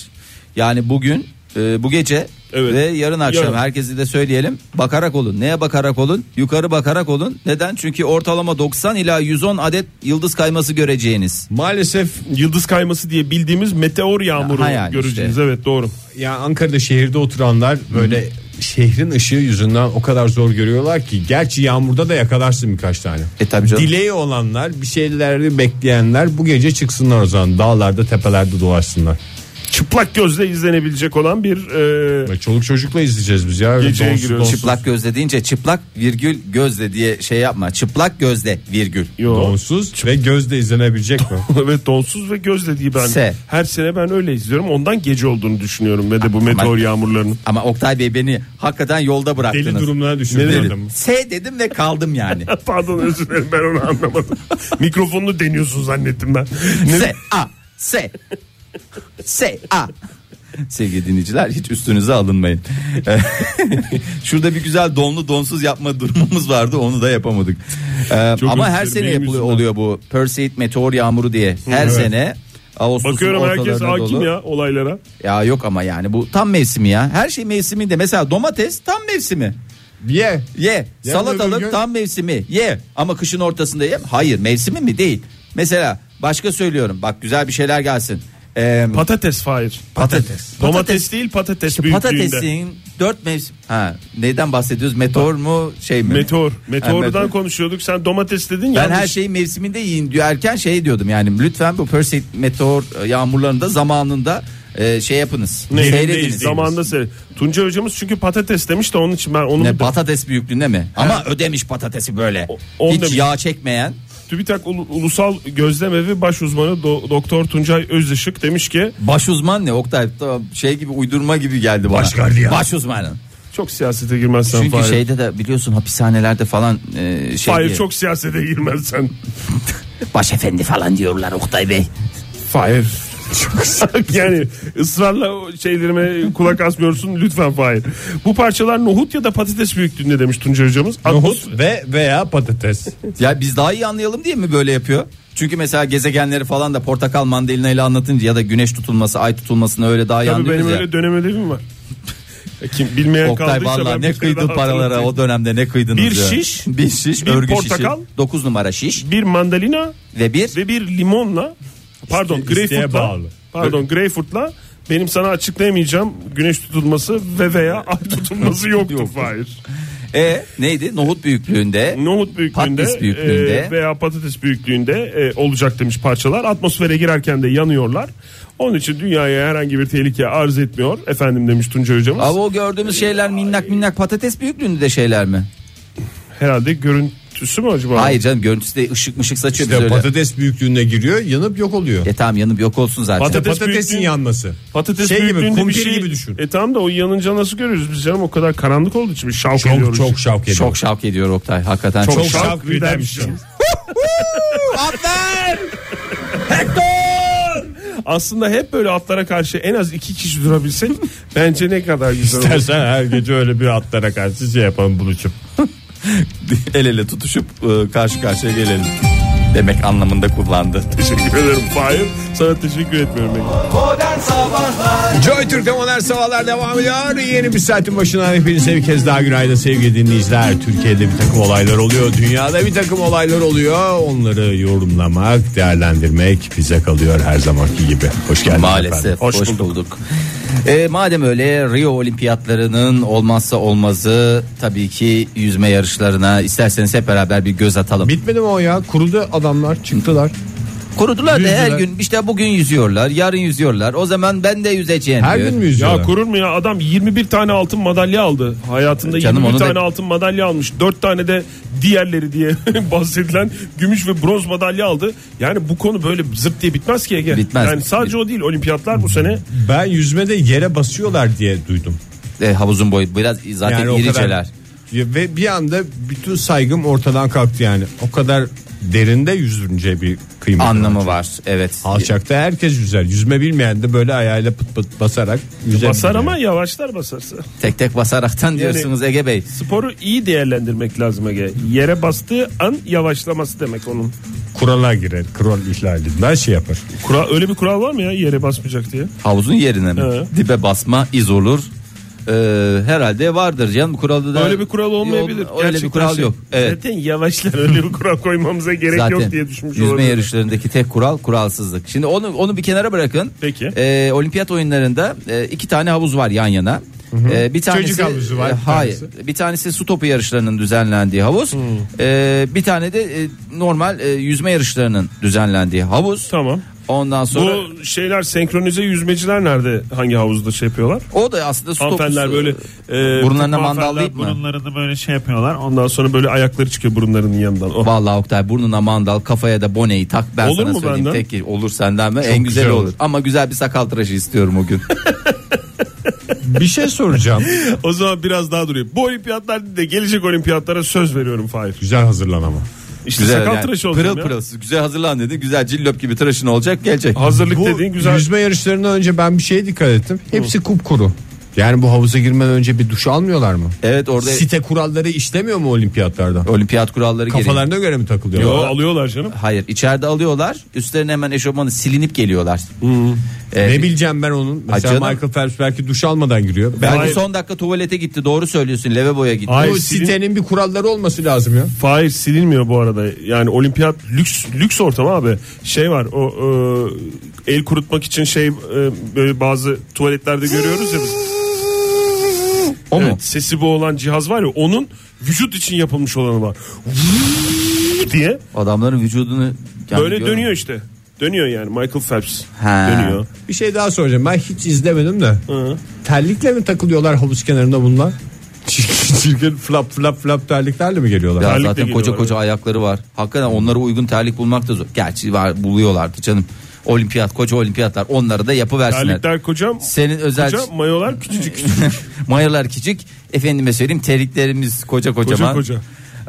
Speaker 3: Yani bugün e, bu gece
Speaker 4: Evet.
Speaker 3: ve yarın akşam
Speaker 4: Yarın.
Speaker 3: herkesi de söyleyelim. Bakarak olun. Neye bakarak olun? Yukarı bakarak olun. Neden? Çünkü ortalama 90 ila 110 adet yıldız kayması göreceğiniz.
Speaker 5: Maalesef
Speaker 4: Yıldız kayması diye bildiğimiz meteor yağmuru
Speaker 3: Ha yani
Speaker 4: göreceğiz.
Speaker 3: işte.
Speaker 4: Evet doğru.
Speaker 5: ya Ankara'da şehirde oturanlar böyle şehrin ışığı yüzünden o kadar zor görüyorlar ki. Gerçi yağmurda da yakalarsın birkaç tane.
Speaker 3: E tabii canım.
Speaker 5: Dileği olanlar bir şeyleri bekleyenler bu gece çıksınlar o zaman. Dağlarda tepelerde dolaşsınlar.
Speaker 4: Çıplak gözle izlenebilecek olan bir e,
Speaker 5: Bak Çoluk çocukla izleyeceğiz biz ya.
Speaker 4: Geceye giriyoruz.
Speaker 5: donsuz,
Speaker 3: Çıplak gözle deyince çıplak virgül gözle diye şey yapma. Çıplak gözle virgül.
Speaker 4: yo.
Speaker 5: donsuz ve gözle izlenebilecek mi?
Speaker 4: Evet donsuz ve gözle diye ben
Speaker 3: Se.
Speaker 4: hani her sene ben öyle izliyorum. Ondan gece olduğunu düşünüyorum ve de bu meteor yağmurlarının.
Speaker 3: Ama Oktay Bey beni hakikaten yolda bıraktınız.
Speaker 5: Deli durumlara
Speaker 3: Deli-
Speaker 5: düşürdü adamı.
Speaker 3: S dedim ve kaldım yani.
Speaker 4: Pardon özür dilerim ben onu anlamadım. Mikrofonunu deniyorsun zannettim ben. Ne-
Speaker 3: S A S S A Sevgili dinleyiciler hiç üstünüze alınmayın. Şurada bir güzel donlu donsuz yapma durumumuz vardı onu da yapamadık. Ee,
Speaker 4: Çok
Speaker 3: ama
Speaker 4: özür
Speaker 3: her
Speaker 4: dilerim,
Speaker 3: sene
Speaker 4: benim
Speaker 3: yapılıyor
Speaker 4: yüzümden.
Speaker 3: oluyor bu Perseid meteor yağmuru diye. Her sene Ağustos'un
Speaker 4: Bakıyorum herkes
Speaker 3: ortalarına
Speaker 4: hakim
Speaker 3: dolu.
Speaker 4: ya olaylara.
Speaker 3: Ya yok ama yani bu tam mevsimi ya. Her şey mevsiminde. Mesela domates tam mevsimi.
Speaker 5: Ye.
Speaker 3: Ye.
Speaker 5: Yarın öbür gün-
Speaker 3: Salatalık tam mevsimi. Ye. Ama kışın ortasında ye. Hayır mevsimi mi değil. Mesela başka söylüyorum. Bak güzel bir şeyler gelsin. Ee,
Speaker 4: Patates Fahir.
Speaker 3: patates.
Speaker 4: Domates, değil patates büyüklüğünde.
Speaker 3: Patatesin dört mevsim. Ha, neyden bahsediyoruz? Meteor mu şey mi?
Speaker 4: Meteor.
Speaker 3: Ha,
Speaker 4: Meteordan
Speaker 3: meteor.
Speaker 4: konuşuyorduk. Sen domates dedin
Speaker 3: Ben
Speaker 4: yanlış.
Speaker 3: her şeyi mevsiminde yiyin diyorken şey diyordum yani lütfen bu Perseid meteor e, yağmurlarında zamanında e, şey yapınız.
Speaker 4: Neyindeyiz,
Speaker 3: Seyrediniz.
Speaker 4: Zamanında seyredin. Tunca hocamız çünkü patates demiş de onun için ben onu
Speaker 3: Ne
Speaker 4: bir de-
Speaker 3: patates büyüklüğünde mi? Ama ödemiş patatesi böyle.
Speaker 4: on
Speaker 3: Hiç
Speaker 4: demiş.
Speaker 3: yağ çekmeyen.
Speaker 4: TÜBİTAK Ulu- Ulusal Gözlem Evi baş uzmanı Do- Doktor Tuncay Özışık demiş ki
Speaker 3: Baş uzman ne Oktay? Tamam, Şey gibi uydurma gibi geldi bana. Baş gardiyan. Baş uzmanı.
Speaker 4: çok siyasete girmezsen
Speaker 3: Çünkü
Speaker 4: Fahir.
Speaker 3: şeyde de biliyorsun hapishanelerde falan e, şey
Speaker 4: Fahir
Speaker 3: diye,
Speaker 4: çok siyasete girmezsen.
Speaker 3: baş efendi falan diyorlar Oktay Bey.
Speaker 4: Fahir. yani ısrarla o şeylerime kulak asmıyorsun lütfen Fahir. Bu parçalar nohut ya da patates büyüklüğünde demiş Tuncay hocamız. Atmos-
Speaker 5: Nohut ve veya patates.
Speaker 3: Ya biz daha iyi anlayalım diye mi böyle yapıyor? Çünkü mesela gezegenleri falan da portakal mandalina ile anlatınca ya da güneş tutulması, ay tutulmasını öyle daha iyi
Speaker 4: Tabii benim
Speaker 3: anlıyoruz ya.
Speaker 4: öyle dönem ödevim var. Kim bilmeyen
Speaker 3: Oktay
Speaker 4: kaldıysa
Speaker 3: valla
Speaker 4: ben
Speaker 3: ne
Speaker 4: bir kere
Speaker 3: kıydın
Speaker 4: daha
Speaker 3: paralara
Speaker 4: hatırlatayım.
Speaker 3: o dönemde ne kıydınız
Speaker 4: Bir
Speaker 3: ya.
Speaker 4: şiş,
Speaker 3: bir şiş,
Speaker 4: bir
Speaker 3: örgü
Speaker 4: portakal.
Speaker 3: şişi, 9 numara şiş
Speaker 4: Bir mandalina
Speaker 3: ve bir
Speaker 4: ve bir limonla pardon
Speaker 5: İste- isteğe
Speaker 4: greyfurtla
Speaker 5: bağlı.
Speaker 4: pardon greyfurtla benim sana açıklayamayacağım güneş tutulması ve veya ay tutulması yoktu Fahir.
Speaker 3: e neydi? Nohut büyüklüğünde.
Speaker 4: Nohut büyüklüğünde,
Speaker 3: Patates büyüklüğünde.
Speaker 4: e, veya patates büyüklüğünde e, olacak demiş parçalar. Atmosfere girerken de yanıyorlar. Onun için dünyaya herhangi bir tehlike arz etmiyor efendim demiş Tunca hocamız.
Speaker 3: Ama o gördüğümüz şeyler minnak minnak patates büyüklüğünde de şeyler mi?
Speaker 4: Herhalde görüntüsü mü acaba?
Speaker 3: Hayır canım görüntüsü de ışık mışık saçıyor
Speaker 5: İşte
Speaker 3: biz öyle.
Speaker 5: patates büyüklüğüne giriyor yanıp yok oluyor.
Speaker 3: E tamam yanıp yok olsun zaten.
Speaker 4: Patates
Speaker 5: Patatesin
Speaker 4: büyüklüğü-
Speaker 5: yanması.
Speaker 4: Patates
Speaker 5: Şey gibi,
Speaker 4: büyüklüğünde bir
Speaker 5: kumpir
Speaker 4: şey
Speaker 5: gibi düşün.
Speaker 4: E tamam da o yanınca nasıl görüyoruz biz canım o kadar karanlık olduğu için bir şavk
Speaker 5: Çok
Speaker 4: ediyoruz.
Speaker 5: çok şavk ediyor.
Speaker 3: Çok şavk ediyor Oktay hakikaten.
Speaker 5: Çok
Speaker 3: Çok,
Speaker 5: şavk
Speaker 4: şavk
Speaker 5: eden
Speaker 4: eden
Speaker 5: bir
Speaker 4: bir
Speaker 5: şey.
Speaker 4: şey. Aslında hep böyle atlara karşı en az iki kişi durabilsek bence ne kadar güzel olur.
Speaker 5: İstersen her gece öyle bir atlara karşı şey yapalım buluşup.
Speaker 3: el ele tutuşup e, karşı karşıya gelelim demek anlamında kullandı.
Speaker 4: Teşekkür ederim Fahir. Sana teşekkür etmiyorum. Ege.
Speaker 2: Modern Sabahlar
Speaker 5: Joy Türk'te Modern Sabahlar devam ediyor. Yeni bir saatin başına hepinize bir kez daha günaydın sevgili dinleyiciler. Türkiye'de bir takım olaylar oluyor. Dünyada bir takım olaylar oluyor. Onları yorumlamak, değerlendirmek bize kalıyor her zamanki gibi. Hoş geldiniz
Speaker 3: Maalesef
Speaker 5: efendim.
Speaker 3: hoş, bulduk. E, madem öyle Rio olimpiyatlarının olmazsa olmazı tabii ki yüzme yarışlarına isterseniz hep beraber bir göz atalım.
Speaker 5: Bitmedi mi o ya? Kurudu adamlar çıktılar.
Speaker 3: Kurudular da her
Speaker 5: Yüzdüler.
Speaker 3: gün işte bugün yüzüyorlar yarın yüzüyorlar o zaman ben de yüzeceğim
Speaker 5: Her
Speaker 3: diyor.
Speaker 5: gün mü
Speaker 4: Ya
Speaker 5: yüzüyorlar?
Speaker 4: kurur mu ya adam 21 tane altın madalya aldı. Hayatında
Speaker 3: Canım
Speaker 4: 21
Speaker 3: onu da-
Speaker 4: tane altın madalya almış. 4 tane de diğerleri diye bahsedilen gümüş ve bronz madalya aldı. Yani bu konu böyle zırt diye bitmez ki Ege.
Speaker 3: Bitmez.
Speaker 4: Yani sadece o değil olimpiyatlar bu sene
Speaker 5: Ben yüzmede yere basıyorlar diye duydum.
Speaker 3: E, havuzun boyu biraz zaten
Speaker 5: o kadar-
Speaker 3: iriceler.
Speaker 5: Ya Ve bir anda bütün saygım ortadan kalktı yani. O kadar derinde yüzünce bir kıymet.
Speaker 3: Anlamı var evet.
Speaker 5: Alçakta herkes yüzer. Yüzme bilmeyen de böyle ayağıyla pıt pıt basarak yüzer.
Speaker 4: basar
Speaker 3: şey.
Speaker 4: ama yavaşlar basarsa.
Speaker 3: Tek tek basaraktan diyorsunuz Ege Bey.
Speaker 4: Sporu iyi değerlendirmek lazım Ege. Yere bastığı an yavaşlaması demek onun.
Speaker 5: kurala girer. Kural ihlalinden şey yapar.
Speaker 4: Kural, öyle bir kural var mı ya yere basmayacak diye?
Speaker 3: Havuzun yerine mi?
Speaker 4: Evet.
Speaker 3: Dibe basma iz olur. Ee, herhalde vardır canım kuralda da.
Speaker 4: Öyle bir kural olmayabilir.
Speaker 3: Yok, Öyle
Speaker 4: Gerçekten
Speaker 3: bir kural
Speaker 4: şey-
Speaker 3: yok. Evet.
Speaker 4: Zaten yavaşlar öyle bir kural koymamıza gerek
Speaker 3: Zaten
Speaker 4: yok diye düşünmüş
Speaker 3: yüzme
Speaker 4: olabilir.
Speaker 3: yarışlarındaki tek kural kuralsızlık. Şimdi onu onu bir kenara bırakın.
Speaker 4: Peki.
Speaker 3: Ee, olimpiyat oyunlarında e, iki tane havuz var yan yana. Ee, bir tanesi
Speaker 5: Çocuk havuzu var,
Speaker 3: e,
Speaker 5: bir
Speaker 3: hayır. Bir tanesi su topu yarışlarının düzenlendiği havuz. Ee, bir tane de e, normal e, yüzme yarışlarının düzenlendiği havuz.
Speaker 4: Tamam.
Speaker 3: Ondan sonra
Speaker 4: Bu şeyler senkronize yüzmeciler nerede hangi havuzda şey yapıyorlar?
Speaker 3: o da aslında su
Speaker 4: Hanımefendiler
Speaker 3: topusu.
Speaker 4: böyle e,
Speaker 3: burunlarına
Speaker 4: hanımefendiler
Speaker 3: mandallayıp mı?
Speaker 4: Burunlarını böyle şey yapıyorlar. Ondan sonra böyle ayakları çıkıyor burunlarının yanından. Oh.
Speaker 3: Vallahi Oktay burnuna mandal kafaya da boneyi tak ben
Speaker 4: Olur
Speaker 3: sana
Speaker 4: mu
Speaker 3: söyleyeyim
Speaker 4: benden?
Speaker 3: tek olur senden mi? en güzel,
Speaker 4: güzel
Speaker 3: olur.
Speaker 4: olur.
Speaker 3: Ama güzel bir sakal tıraşı istiyorum o gün.
Speaker 5: Bir şey soracağım.
Speaker 4: O zaman biraz daha durayım. Bu olimpiyatlar de gelecek olimpiyatlara söz veriyorum Fahir.
Speaker 5: Güzel hazırlan ama.
Speaker 4: İşte sakal tıraşı olacağım
Speaker 3: pırıl
Speaker 4: ya.
Speaker 3: pırıl güzel hazırlan dedi. Güzel cillop gibi tıraşın olacak gelecek.
Speaker 4: Hazırlık
Speaker 5: Bu
Speaker 4: dediğin güzel.
Speaker 5: yüzme yarışlarından önce ben bir şeye dikkat ettim. Hepsi kupkuru. Yani bu havuza girmeden önce bir duş almıyorlar mı?
Speaker 3: Evet orada
Speaker 5: Site kuralları işlemiyor mu olimpiyatlarda?
Speaker 3: olimpiyat kuralları gereği.
Speaker 5: Kafalarına göre mi
Speaker 4: Yo,
Speaker 5: takılıyorlar?
Speaker 4: alıyorlar canım.
Speaker 3: Hayır içeride alıyorlar üstlerine hemen eşofmanı silinip geliyorlar. Ee,
Speaker 5: Ne bileceğim ben onun? Mesela
Speaker 3: canım.
Speaker 5: Michael Phelps belki duş almadan giriyor. Ben
Speaker 3: belki
Speaker 4: Hayır.
Speaker 3: son dakika tuvalete gitti doğru söylüyorsun lavaboya gitti.
Speaker 4: Hayır,
Speaker 5: bu
Speaker 4: silin-
Speaker 5: sitenin bir kuralları olması lazım ya.
Speaker 4: Fahir silinmiyor bu arada. Yani olimpiyat lüks lüks ortam abi. Şey var o e, el kurutmak için şey e, böyle bazı tuvaletlerde görüyoruz ya biz.
Speaker 3: O mu?
Speaker 4: Evet, sesi bu olan cihaz var ya onun vücut için yapılmış olanı var. diye
Speaker 3: Adamların vücudunu yani
Speaker 4: böyle
Speaker 3: diyorum,
Speaker 4: dönüyor işte. Dönüyor yani Michael Phelps
Speaker 3: Ha.
Speaker 4: dönüyor.
Speaker 5: Bir şey daha soracağım. Ben hiç izlemedim de.
Speaker 4: Hı.
Speaker 5: Terlikle mi takılıyorlar havuz kenarında bunlar? Çirkin çirkin flap flap flap terliklerle mi geliyorlar?
Speaker 3: Ya
Speaker 4: Terlikle
Speaker 3: zaten koca
Speaker 4: geliyorlar,
Speaker 3: koca ayakları var. Hakikaten onlara uygun terlik bulmak da zor. Gerçi var buluyorlardı canım. Olimpiyat koca olimpiyatlar onları da yapıversinler.
Speaker 4: Terlikler kocam.
Speaker 3: Senin özel
Speaker 4: Kocam mayolar küçücük küçücük.
Speaker 3: mayolar küçük. Efendime söyleyeyim terliklerimiz koca kocaman.
Speaker 4: koca.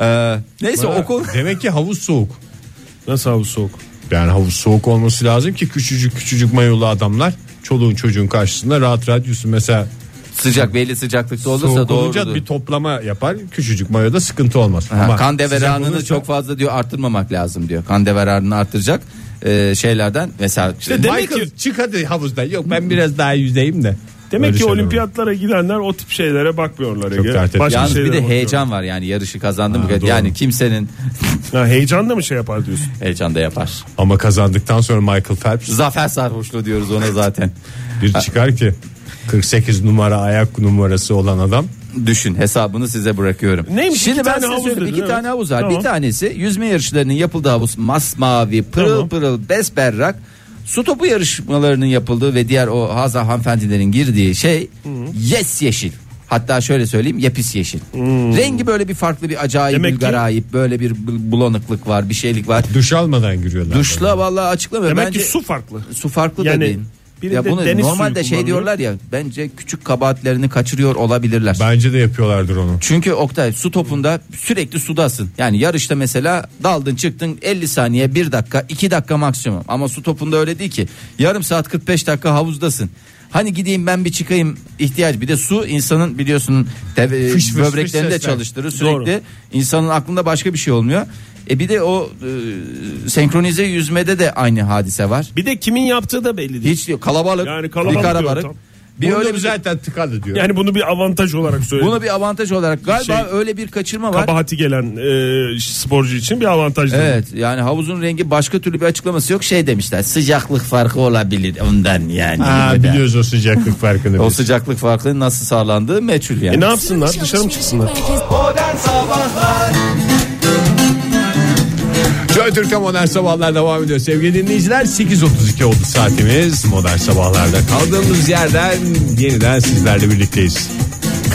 Speaker 3: Ee, neyse okul
Speaker 5: Demek ki havuz soğuk.
Speaker 4: Nasıl havuz soğuk?
Speaker 5: Yani havuz soğuk olması lazım ki küçücük küçücük mayolu adamlar çoluğun çocuğun karşısında rahat rahat yüzsün. Mesela
Speaker 3: sıcak belli sıcaklıkta olursa
Speaker 5: soğuk olunca
Speaker 3: doğrudur.
Speaker 5: bir toplama yapar küçücük mayoda sıkıntı olmaz.
Speaker 3: Ha,
Speaker 5: Ama
Speaker 3: kan deveranını
Speaker 5: sıcak olursa-
Speaker 3: çok fazla diyor arttırmamak lazım diyor. Kan deveranını arttıracak e, şeylerden mesela
Speaker 5: İşte demek Michael, ki çık hadi havuzdan. Yok ben biraz daha yüzeyim de.
Speaker 4: Demek
Speaker 5: Böyle
Speaker 4: ki
Speaker 5: şeyler var.
Speaker 4: olimpiyatlara gidenler o tip şeylere bakmıyorlar.
Speaker 5: Çok
Speaker 4: Ege.
Speaker 5: dert etmiyor.
Speaker 4: Başka
Speaker 3: yalnız bir
Speaker 4: şeylere
Speaker 3: de
Speaker 4: bakıyorlar.
Speaker 3: heyecan var yani yarışı kazandı mı?
Speaker 5: doğru.
Speaker 3: Yani kimsenin
Speaker 4: Ha, heyecan da mı şey yapar diyorsun?
Speaker 3: heyecan da yapar.
Speaker 5: ama kazandıktan sonra Michael Phelps
Speaker 3: Zafer sarhoşluğu diyoruz ona zaten.
Speaker 5: bir çıkar ki 48 numara ayak numarası olan adam
Speaker 3: Düşün hesabını size bırakıyorum.
Speaker 4: Neymiş,
Speaker 3: Şimdi
Speaker 4: iki
Speaker 3: ben
Speaker 4: tane
Speaker 3: size
Speaker 4: havuz
Speaker 3: söyleyeyim
Speaker 4: dedin,
Speaker 3: iki
Speaker 4: evet.
Speaker 3: tane havuz var.
Speaker 4: Tamam.
Speaker 3: Bir tanesi yüzme yarışlarının yapıldığı havuz masmavi pırıl
Speaker 4: Tamam.
Speaker 3: pırıl besberrak. Su topu yarışmalarının yapıldığı ve diğer o haza hanımefendilerin girdiği şey
Speaker 4: Hmm.
Speaker 3: yes yeşil. Hatta şöyle söyleyeyim yapis yeşil. Rengi böyle bir farklı bir acayip
Speaker 4: Hmm. Demek
Speaker 3: bir
Speaker 4: ki-
Speaker 3: garayip böyle bir bul- bulanıklık var bir şeylik var.
Speaker 5: duş almadan giriyorlar.
Speaker 3: Duşla vallahi açıklamıyor.
Speaker 4: Demek
Speaker 3: Bence
Speaker 4: ki su farklı.
Speaker 3: su farklı
Speaker 4: Yani
Speaker 3: da değil.
Speaker 4: biri
Speaker 3: Ya
Speaker 4: de
Speaker 3: bunu
Speaker 4: deniz
Speaker 3: normalde
Speaker 4: suyu
Speaker 3: şey
Speaker 4: kullanıyor.
Speaker 3: diyorlar ya bence küçük kabahatlerini kaçırıyor olabilirler.
Speaker 5: Bence de yapıyorlardır onu.
Speaker 3: Çünkü Oktay su topunda sürekli sudasın. Yani yarışta mesela daldın çıktın 50 saniye 1 dakika 2 dakika maksimum. Ama su topunda öyle değil ki. Yarım saat 45 dakika havuzdasın. Hani gideyim ben bir çıkayım ihtiyaç. Bir de su insanın biliyorsun deve-
Speaker 5: Fış fış
Speaker 3: böbreklerini
Speaker 5: fış
Speaker 3: de
Speaker 5: sesler.
Speaker 3: çalıştırır sürekli. İnsanın aklında başka bir şey olmuyor. E bir de o e, senkronize yüzmede de aynı hadise var.
Speaker 4: Bir de kimin yaptığı da belli değil.
Speaker 3: Hiç diyor kalabalık,
Speaker 4: Yani kalabalık
Speaker 3: bir
Speaker 4: diyor
Speaker 3: karabalık.
Speaker 4: tam.
Speaker 3: Bir
Speaker 5: Bunu
Speaker 3: öyle
Speaker 5: da
Speaker 3: bir,
Speaker 5: zaten tıkadı diyor.
Speaker 4: Yani bunu bir avantaj olarak söyledim.
Speaker 3: bunu bir avantaj olarak galiba
Speaker 4: Şey,
Speaker 3: öyle bir kaçırma var.
Speaker 4: Kabahati gelen e, sporcu için bir avantaj. dedim.
Speaker 3: Evet yani havuzun rengi başka türlü bir açıklaması yok. Şey demişler sıcaklık farkı olabilir ondan yani. Bu
Speaker 5: Aa,
Speaker 3: da.
Speaker 5: Hani biliyoruz o sıcaklık farkını.
Speaker 3: O
Speaker 5: biz.
Speaker 3: sıcaklık farkının nasıl sağlandığı meçhul yani.
Speaker 4: E ne yapsınlar? Dışarı mı çıksınlar?
Speaker 2: Modern Sabahlar
Speaker 5: Joy Türk'te modern sabahlar devam ediyor. Sevgili dinleyiciler 8.32 oldu saatimiz. Modern sabahlarda kaldığımız yerden yeniden sizlerle birlikteyiz.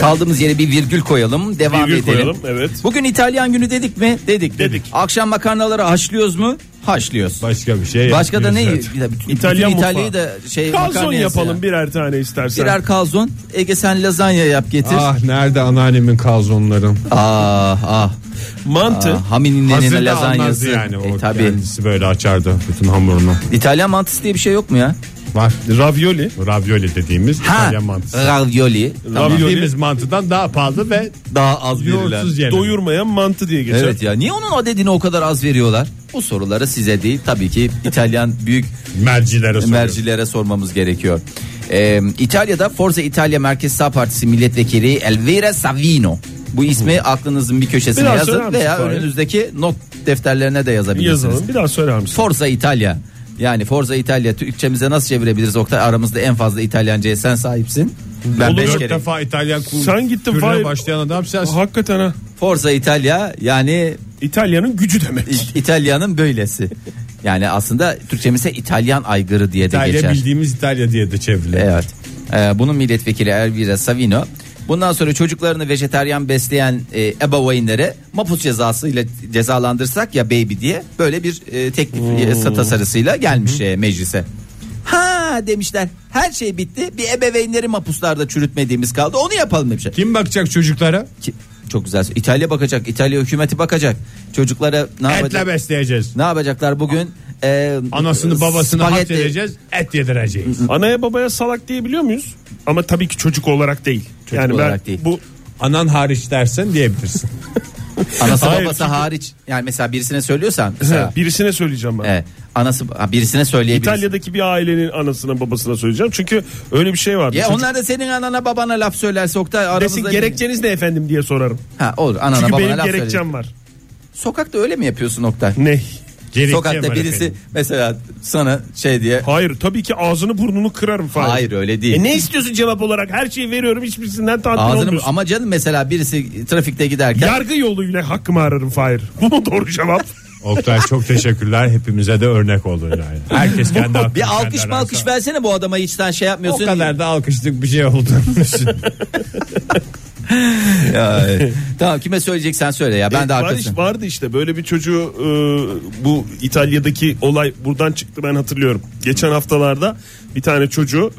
Speaker 3: Kaldığımız yere bir virgül koyalım devam
Speaker 4: Virgül
Speaker 3: edelim.
Speaker 4: koyalım, evet.
Speaker 3: Bugün İtalyan günü dedik mi? Dedik.
Speaker 4: Dedik.
Speaker 3: Akşam makarnaları haşlıyoruz mu? Haşlıyoruz.
Speaker 5: Başka bir şey
Speaker 3: Başka da ne?
Speaker 5: yapmıyoruz
Speaker 3: Bir
Speaker 5: zaten.
Speaker 3: de bütün-
Speaker 4: İtalyan
Speaker 3: bütün İtalya'yı
Speaker 4: mutfağı.
Speaker 3: da şey
Speaker 4: Kalson
Speaker 3: makarna
Speaker 4: yapalım
Speaker 3: yazıyor.
Speaker 4: birer tane istersen.
Speaker 3: Birer kalzon. Ege sen lazanya yap getir. Ah
Speaker 5: Ah nerede anneannemin kalzonların.
Speaker 3: ah.
Speaker 4: Mantı.
Speaker 3: ah. Haminin nenine
Speaker 5: Hazır da
Speaker 3: lazanyası.
Speaker 5: almazdı yani. O
Speaker 3: E, tabii.
Speaker 5: kendisi böyle açardı bütün hamurunu.
Speaker 3: İtalyan mantısı diye bir şey yok mu ya?
Speaker 5: Var.
Speaker 4: Ravioli.
Speaker 5: Ravioli dediğimiz İtalyan mantısı.
Speaker 3: Ravioli. Ee, Tamam.
Speaker 4: Ravioli.
Speaker 5: Bildiğimiz mantıdan daha pahalı ve
Speaker 3: Daha az verilen.
Speaker 5: yoğurtsuz yenen.
Speaker 4: Doyurmayan mantı diye geçer.
Speaker 3: Evet ya niye onun adedini o kadar az veriyorlar? Bu soruları size değil tabii ki İtalyan büyük
Speaker 5: Mercilere soruyor.
Speaker 3: mercilere sormamız gerekiyor. Ee, İtalya'da Forza İtalya Merkez Sağ Partisi milletvekili Elvira Savino. Bu ismi aklınızın bir köşesine
Speaker 4: Biraz söyler
Speaker 3: yazın
Speaker 4: misin
Speaker 3: veya
Speaker 4: Fahir?
Speaker 3: önünüzdeki not defterlerine de yazabilirsiniz.
Speaker 4: Yazalım. Bir daha söyler misin?
Speaker 3: Forza İtalya. Yani Forza İtalya Türkçemize nasıl çevirebiliriz Oktay? Aramızda en fazla İtalyancaya sen sahipsin. Ben 5
Speaker 5: Dört
Speaker 3: kere.
Speaker 5: defa İtalyan kul-
Speaker 4: Sen gittin
Speaker 5: türüne
Speaker 4: Fahir.
Speaker 5: başlayan adam sensin.
Speaker 4: Hakikaten ha.
Speaker 3: Forza İtalya yani
Speaker 4: İtalya'nın gücü demek.
Speaker 3: İ- İtalya'nın böylesi. Yani aslında Türkçemize İtalyan aygırı diye de
Speaker 5: İtalya
Speaker 3: geçer.
Speaker 5: bildiğimiz İtalya diye de çevrilir.
Speaker 3: Evet. Ee, bunun milletvekili Elvira Savino bundan sonra çocuklarını vejetaryen besleyen e, ebeveynlere mapus cezasıyla cezalandırsak ya baby diye böyle bir e, teklif yasa tasarısıyla gelmiş e, meclise. Ha demişler her şey bitti bir ebeveynleri mapuslarda çürütmediğimiz kaldı onu yapalım demişler.
Speaker 5: Kim bakacak çocuklara?
Speaker 3: Ki- Çok güzel. İtalya bakacak İtalya hükümeti bakacak çocuklara ne
Speaker 5: Etle
Speaker 3: yapacak?
Speaker 5: besleyeceğiz.
Speaker 3: Ne yapacaklar bugün? Ee,
Speaker 5: Anasını babasını
Speaker 3: spagetti-
Speaker 5: hapsedeceğiz et yedireceğiz.
Speaker 4: Anaya babaya salak diyebiliyor muyuz? Ama tabii ki çocuk olarak değil. yani
Speaker 3: olarak
Speaker 4: ben
Speaker 3: değil.
Speaker 4: bu
Speaker 5: Anan hariç dersen diyebilirsin.
Speaker 3: Anası
Speaker 4: Hayır,
Speaker 3: babası
Speaker 4: çünkü-
Speaker 3: hariç. Yani mesela birisine söylüyorsan mesela,
Speaker 4: birisine söyleyeceğim ben.
Speaker 3: e, anası ha, birisine söyleyebilirsin.
Speaker 4: İtalya'daki bir ailenin anasına babasına söyleyeceğim. Çünkü öyle bir şey var.
Speaker 3: Ya
Speaker 4: Çocuk
Speaker 3: onlar da senin anana babana laf söylerse Oktay aramızda...
Speaker 4: desin gerekçeniz ne efendim diye sorarım.
Speaker 3: Ha olur anana
Speaker 4: Çünkü
Speaker 3: babana
Speaker 4: benim
Speaker 3: laf
Speaker 4: gerekçem
Speaker 3: söyler.
Speaker 4: var.
Speaker 3: Sokakta öyle mi yapıyorsun Oktay?
Speaker 4: Ne?
Speaker 5: Gerekçe
Speaker 3: Sokakta
Speaker 5: var
Speaker 3: birisi
Speaker 5: efendim.
Speaker 3: mesela sana şey diye...
Speaker 4: Hayır tabii ki ağzını burnunu kırarım falan.
Speaker 3: Hayır öyle değil.
Speaker 4: E ne istiyorsun cevap olarak? Her şeyi veriyorum hiçbirisinden tatmin
Speaker 3: Ağzını,
Speaker 4: olmuyorsun.
Speaker 3: ama canım mesela birisi trafikte giderken...
Speaker 4: Yargı yoluyla hakkımı ararım Fahir. Bu mu doğru cevap?
Speaker 5: Oktay çok teşekkürler. Hepimize de örnek oldun yani. Herkes kendi hakkını
Speaker 3: bir
Speaker 5: kendi
Speaker 3: alkış
Speaker 5: ararsa.
Speaker 3: malkış versene bu adama içten şey
Speaker 5: O
Speaker 3: yapmıyorsun.
Speaker 5: kadar da alkışlık bir şey olduğunu düşün.
Speaker 3: Ya, evet. tamam kime söyleyeceksen söyle ya ben de
Speaker 4: Var
Speaker 3: arkasın.
Speaker 4: iş- vardı işte böyle bir çocuğu e, bu İtalya'daki olay buradan çıktı ben hatırlıyorum. Geçen haftalarda bir tane çocuğu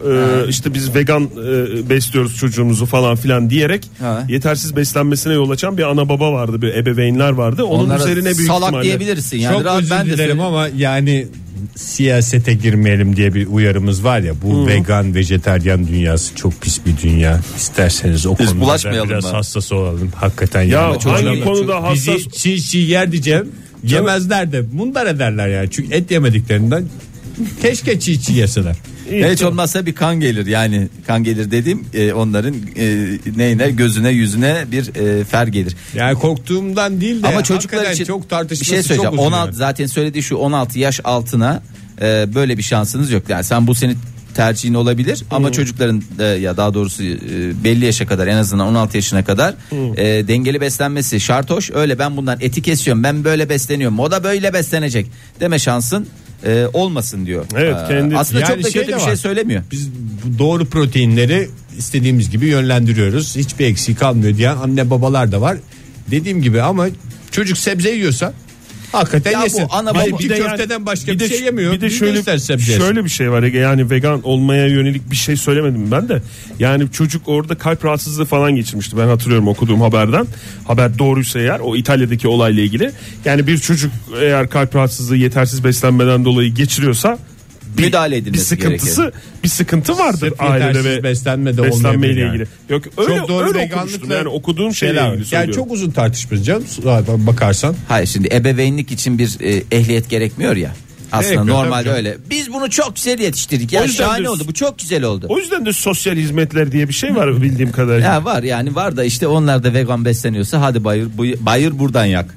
Speaker 4: e, işte biz vegan e, besliyoruz çocuğumuzu falan filan diyerek
Speaker 3: Ha.
Speaker 4: yetersiz beslenmesine yol açan bir ana baba vardı bir ebeveynler vardı. Onun
Speaker 3: Onlara
Speaker 4: üzerine büyük
Speaker 3: salak
Speaker 4: ihtimalle.
Speaker 3: diyebilirsin yani
Speaker 5: Çok
Speaker 3: rahat
Speaker 5: özür
Speaker 3: ben de
Speaker 5: dilerim
Speaker 3: söyleyeyim.
Speaker 5: ama yani siyasete girmeyelim diye bir uyarımız var ya bu vegan vejeteryan dünyası çok pis bir dünya İsterseniz o konuda
Speaker 3: bulaşmayalım
Speaker 5: biraz
Speaker 3: mı?
Speaker 5: hassas olalım hakikaten
Speaker 4: Ya
Speaker 5: yani.
Speaker 3: çok
Speaker 4: hangi
Speaker 3: önemli.
Speaker 4: konuda hassas
Speaker 5: bizi çiğ çiğ yer diyeceğim yemezler de bunlar ederler yani çünkü et yemediklerinden keşke çiğ çiğ yeseler
Speaker 3: Ya Hiç olmazsa bir kan gelir yani kan gelir dediğim e, onların e, neyine gözüne yüzüne bir e, fer gelir.
Speaker 5: yani korktuğumdan değil de
Speaker 3: Ama çocuklar
Speaker 5: hakikaten
Speaker 3: için
Speaker 5: çok
Speaker 3: bir
Speaker 5: tartışması
Speaker 3: şey
Speaker 5: çok
Speaker 3: söyleyeceğim.
Speaker 5: uzun
Speaker 3: 16
Speaker 5: yani.
Speaker 3: zaten söylediği şu 16 yaş altına e, böyle bir şansınız yok. Yani sen bu senin tercihin olabilir
Speaker 5: Hmm.
Speaker 3: ama çocukların e, ya daha doğrusu e, belli yaşa kadar en azından 16 yaşına kadar
Speaker 5: Hmm.
Speaker 3: e, dengeli beslenmesi şart hoş. Öyle ben bundan eti kesiyorum. Ben böyle besleniyorum. O da böyle beslenecek deme şansın e, olmasın diyor.
Speaker 4: Evet,
Speaker 3: E,
Speaker 4: kendi-
Speaker 3: aslında
Speaker 5: Yani
Speaker 3: çok da
Speaker 5: şey
Speaker 3: kötü
Speaker 5: de
Speaker 3: bir şey
Speaker 5: var.
Speaker 3: söylemiyor.
Speaker 5: biz bu doğru proteinleri istediğimiz gibi yönlendiriyoruz. Hiçbir eksik kalmıyor diyen anne babalar da var. Dediğim gibi ama çocuk sebze yiyorsa hakikaten
Speaker 3: Ya bu
Speaker 5: yesin.
Speaker 3: ana
Speaker 5: Hayır,
Speaker 3: baba-
Speaker 5: bir
Speaker 3: Bir de
Speaker 5: köfteden başka bir,
Speaker 4: de
Speaker 5: şey
Speaker 4: ş-
Speaker 5: yemiyor.
Speaker 4: Bir de şöyle,
Speaker 5: sebze yesin.
Speaker 4: şöyle bir şey var Ege yani vegan olmaya yönelik bir şey söylemedim ben de. Yani çocuk orada kalp rahatsızlığı falan geçirmişti ben hatırlıyorum okuduğum haberden. Haber doğruysa eğer o İtalya'daki olayla ilgili. Yani bir çocuk eğer kalp rahatsızlığı yetersiz beslenmeden dolayı geçiriyorsa bir,
Speaker 3: Müdahale
Speaker 4: bir
Speaker 3: edilmesi
Speaker 4: sıkıntısı
Speaker 3: gerekir.
Speaker 4: bir sıkıntı vardır
Speaker 5: Sırf
Speaker 4: ailede
Speaker 5: yetersiz
Speaker 4: ve
Speaker 5: beslenme de
Speaker 4: beslenmeyle
Speaker 5: olmayabilir
Speaker 4: ilgili. Yok
Speaker 5: yani.
Speaker 4: öyle,
Speaker 5: çok doğru
Speaker 4: öyle okumuştum
Speaker 5: veganlıkla
Speaker 4: yani okuduğum şeyle
Speaker 5: şeyler var.
Speaker 4: ilgili
Speaker 5: Yani
Speaker 4: söylüyorum.
Speaker 5: çok uzun tartışmış canım zaten bakarsan.
Speaker 3: Hayır şimdi ebeveynlik için bir e, ehliyet gerekmiyor ya. Aslında
Speaker 5: Gerekmiyor, tabii
Speaker 3: normalde
Speaker 5: canım.
Speaker 3: öyle. Biz bunu çok güzel yetiştirdik. Ya
Speaker 4: O yüzden
Speaker 3: şahane
Speaker 4: diyorsun.
Speaker 3: oldu. Bu çok güzel oldu.
Speaker 4: O yüzden de sosyal hizmetler diye bir şey var bildiğim kadarıyla.
Speaker 3: Ya var yani var da işte onlar da vegan besleniyorsa hadi bayır buy- bayır buradan yak.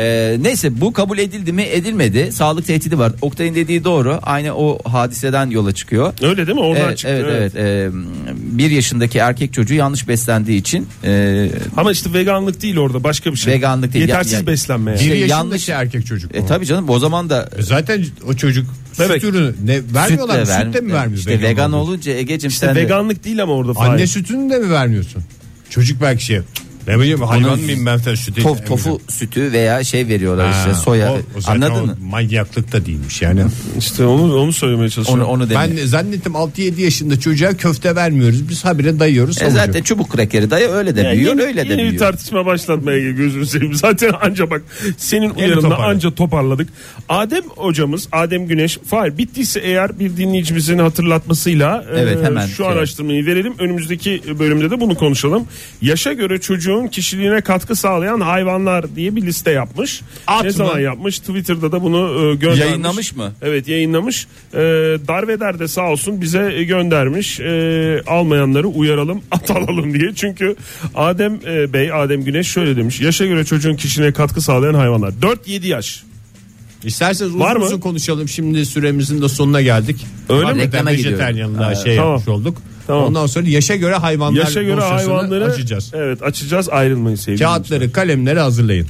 Speaker 3: Ee, neyse bu kabul edildi mi edilmedi. Sağlık tehdidi var. Oktay'ın dediği doğru. Aynı o hadiseden yola çıkıyor.
Speaker 4: Öyle değil mi? Oradan
Speaker 3: evet,
Speaker 4: çıktı.
Speaker 3: evet
Speaker 4: evet.
Speaker 3: evet Ee, bir yaşındaki erkek çocuğu yanlış beslendiği için e,
Speaker 4: Ama işte veganlık değil orada başka bir şey.
Speaker 3: Veganlık değil.
Speaker 4: Yetersiz
Speaker 3: Ya- ya-
Speaker 4: beslenme yani.
Speaker 5: Bir
Speaker 3: Şey,
Speaker 5: yaşındaki
Speaker 3: yanlış-
Speaker 5: erkek çocuk.
Speaker 3: e,
Speaker 5: bu. E,
Speaker 3: tabi canım o zaman da
Speaker 5: Zaten o çocuk
Speaker 4: Bebek.
Speaker 5: süt ürünü ne vermiyorlar süt,
Speaker 3: sütle
Speaker 5: de mi
Speaker 3: ver-
Speaker 5: vermiyor?
Speaker 3: İşte vegan
Speaker 5: olduğu için?
Speaker 3: olunca Egeciğim
Speaker 4: İşte
Speaker 3: sen de-
Speaker 4: veganlık değil ama orada
Speaker 5: Anne
Speaker 4: Fahir.
Speaker 5: sütünü de mi vermiyorsun? Çocuk belki şey. Ne bileyim hayvan
Speaker 3: Onun
Speaker 5: mıyım ben sen sütü?
Speaker 3: Tof, tofu sütü veya şey veriyorlar işte soya. Anladın mı?
Speaker 5: Manyaklık da değilmiş yani.
Speaker 4: İşte onu onu söylemeye çalışıyorum.
Speaker 3: Onu onu demiyor.
Speaker 5: ben zannettim 6-7 yaşında çocuğa köfte vermiyoruz. Biz habire dayıyoruz.
Speaker 3: E
Speaker 5: savucu.
Speaker 3: zaten çubuk krekeri dayı öyle de
Speaker 4: Yani
Speaker 3: büyüyor
Speaker 4: yeni,
Speaker 3: öyle de
Speaker 4: yeni
Speaker 3: büyüyor.
Speaker 4: bir tartışma başlatmaya gel- gözünü seveyim. Zaten anca bak senin uyarınla
Speaker 5: toparladık.
Speaker 4: anca toparladık. Adem hocamız Adem Güneş Fahir bittiyse eğer bir dinleyicimizin hatırlatmasıyla e,
Speaker 3: Evet, hemen
Speaker 4: şu
Speaker 3: şey-
Speaker 4: araştırmayı verelim. Önümüzdeki bölümde de bunu konuşalım. Yaşa göre çocuğun kişiliğine katkı sağlayan hayvanlar diye bir liste yapmış. ne zaman yapmış? Twitter'da da bunu e, göndermiş.
Speaker 3: Yayınlamış mı?
Speaker 4: Evet yayınlamış. Ee, Darveder de sağ olsun bize e, göndermiş. Ee, almayanları uyaralım, at alalım diye. Çünkü Adem e, Bey, Adem Güneş şöyle demiş. Yaşa göre çocuğun kişiliğine katkı sağlayan hayvanlar. 4-7 yaş.
Speaker 5: İsterseniz uzun
Speaker 4: Var mı?
Speaker 5: uzun konuşalım. Şimdi süremizin de sonuna geldik.
Speaker 4: Öyle mi?
Speaker 5: Hakikaten
Speaker 3: Reklama gidiyorum.
Speaker 5: vejeteryanlığa şey
Speaker 4: Tamam.
Speaker 5: yapmış olduk.
Speaker 4: Tamam.
Speaker 5: Ondan sonra yaşa göre hayvanlar
Speaker 4: Yaşa göre
Speaker 5: dosyasını
Speaker 4: hayvanları
Speaker 5: açacağız.
Speaker 4: Evet açacağız ayrılmayın sevgili.
Speaker 5: Kağıtları, kalemleri hazırlayın.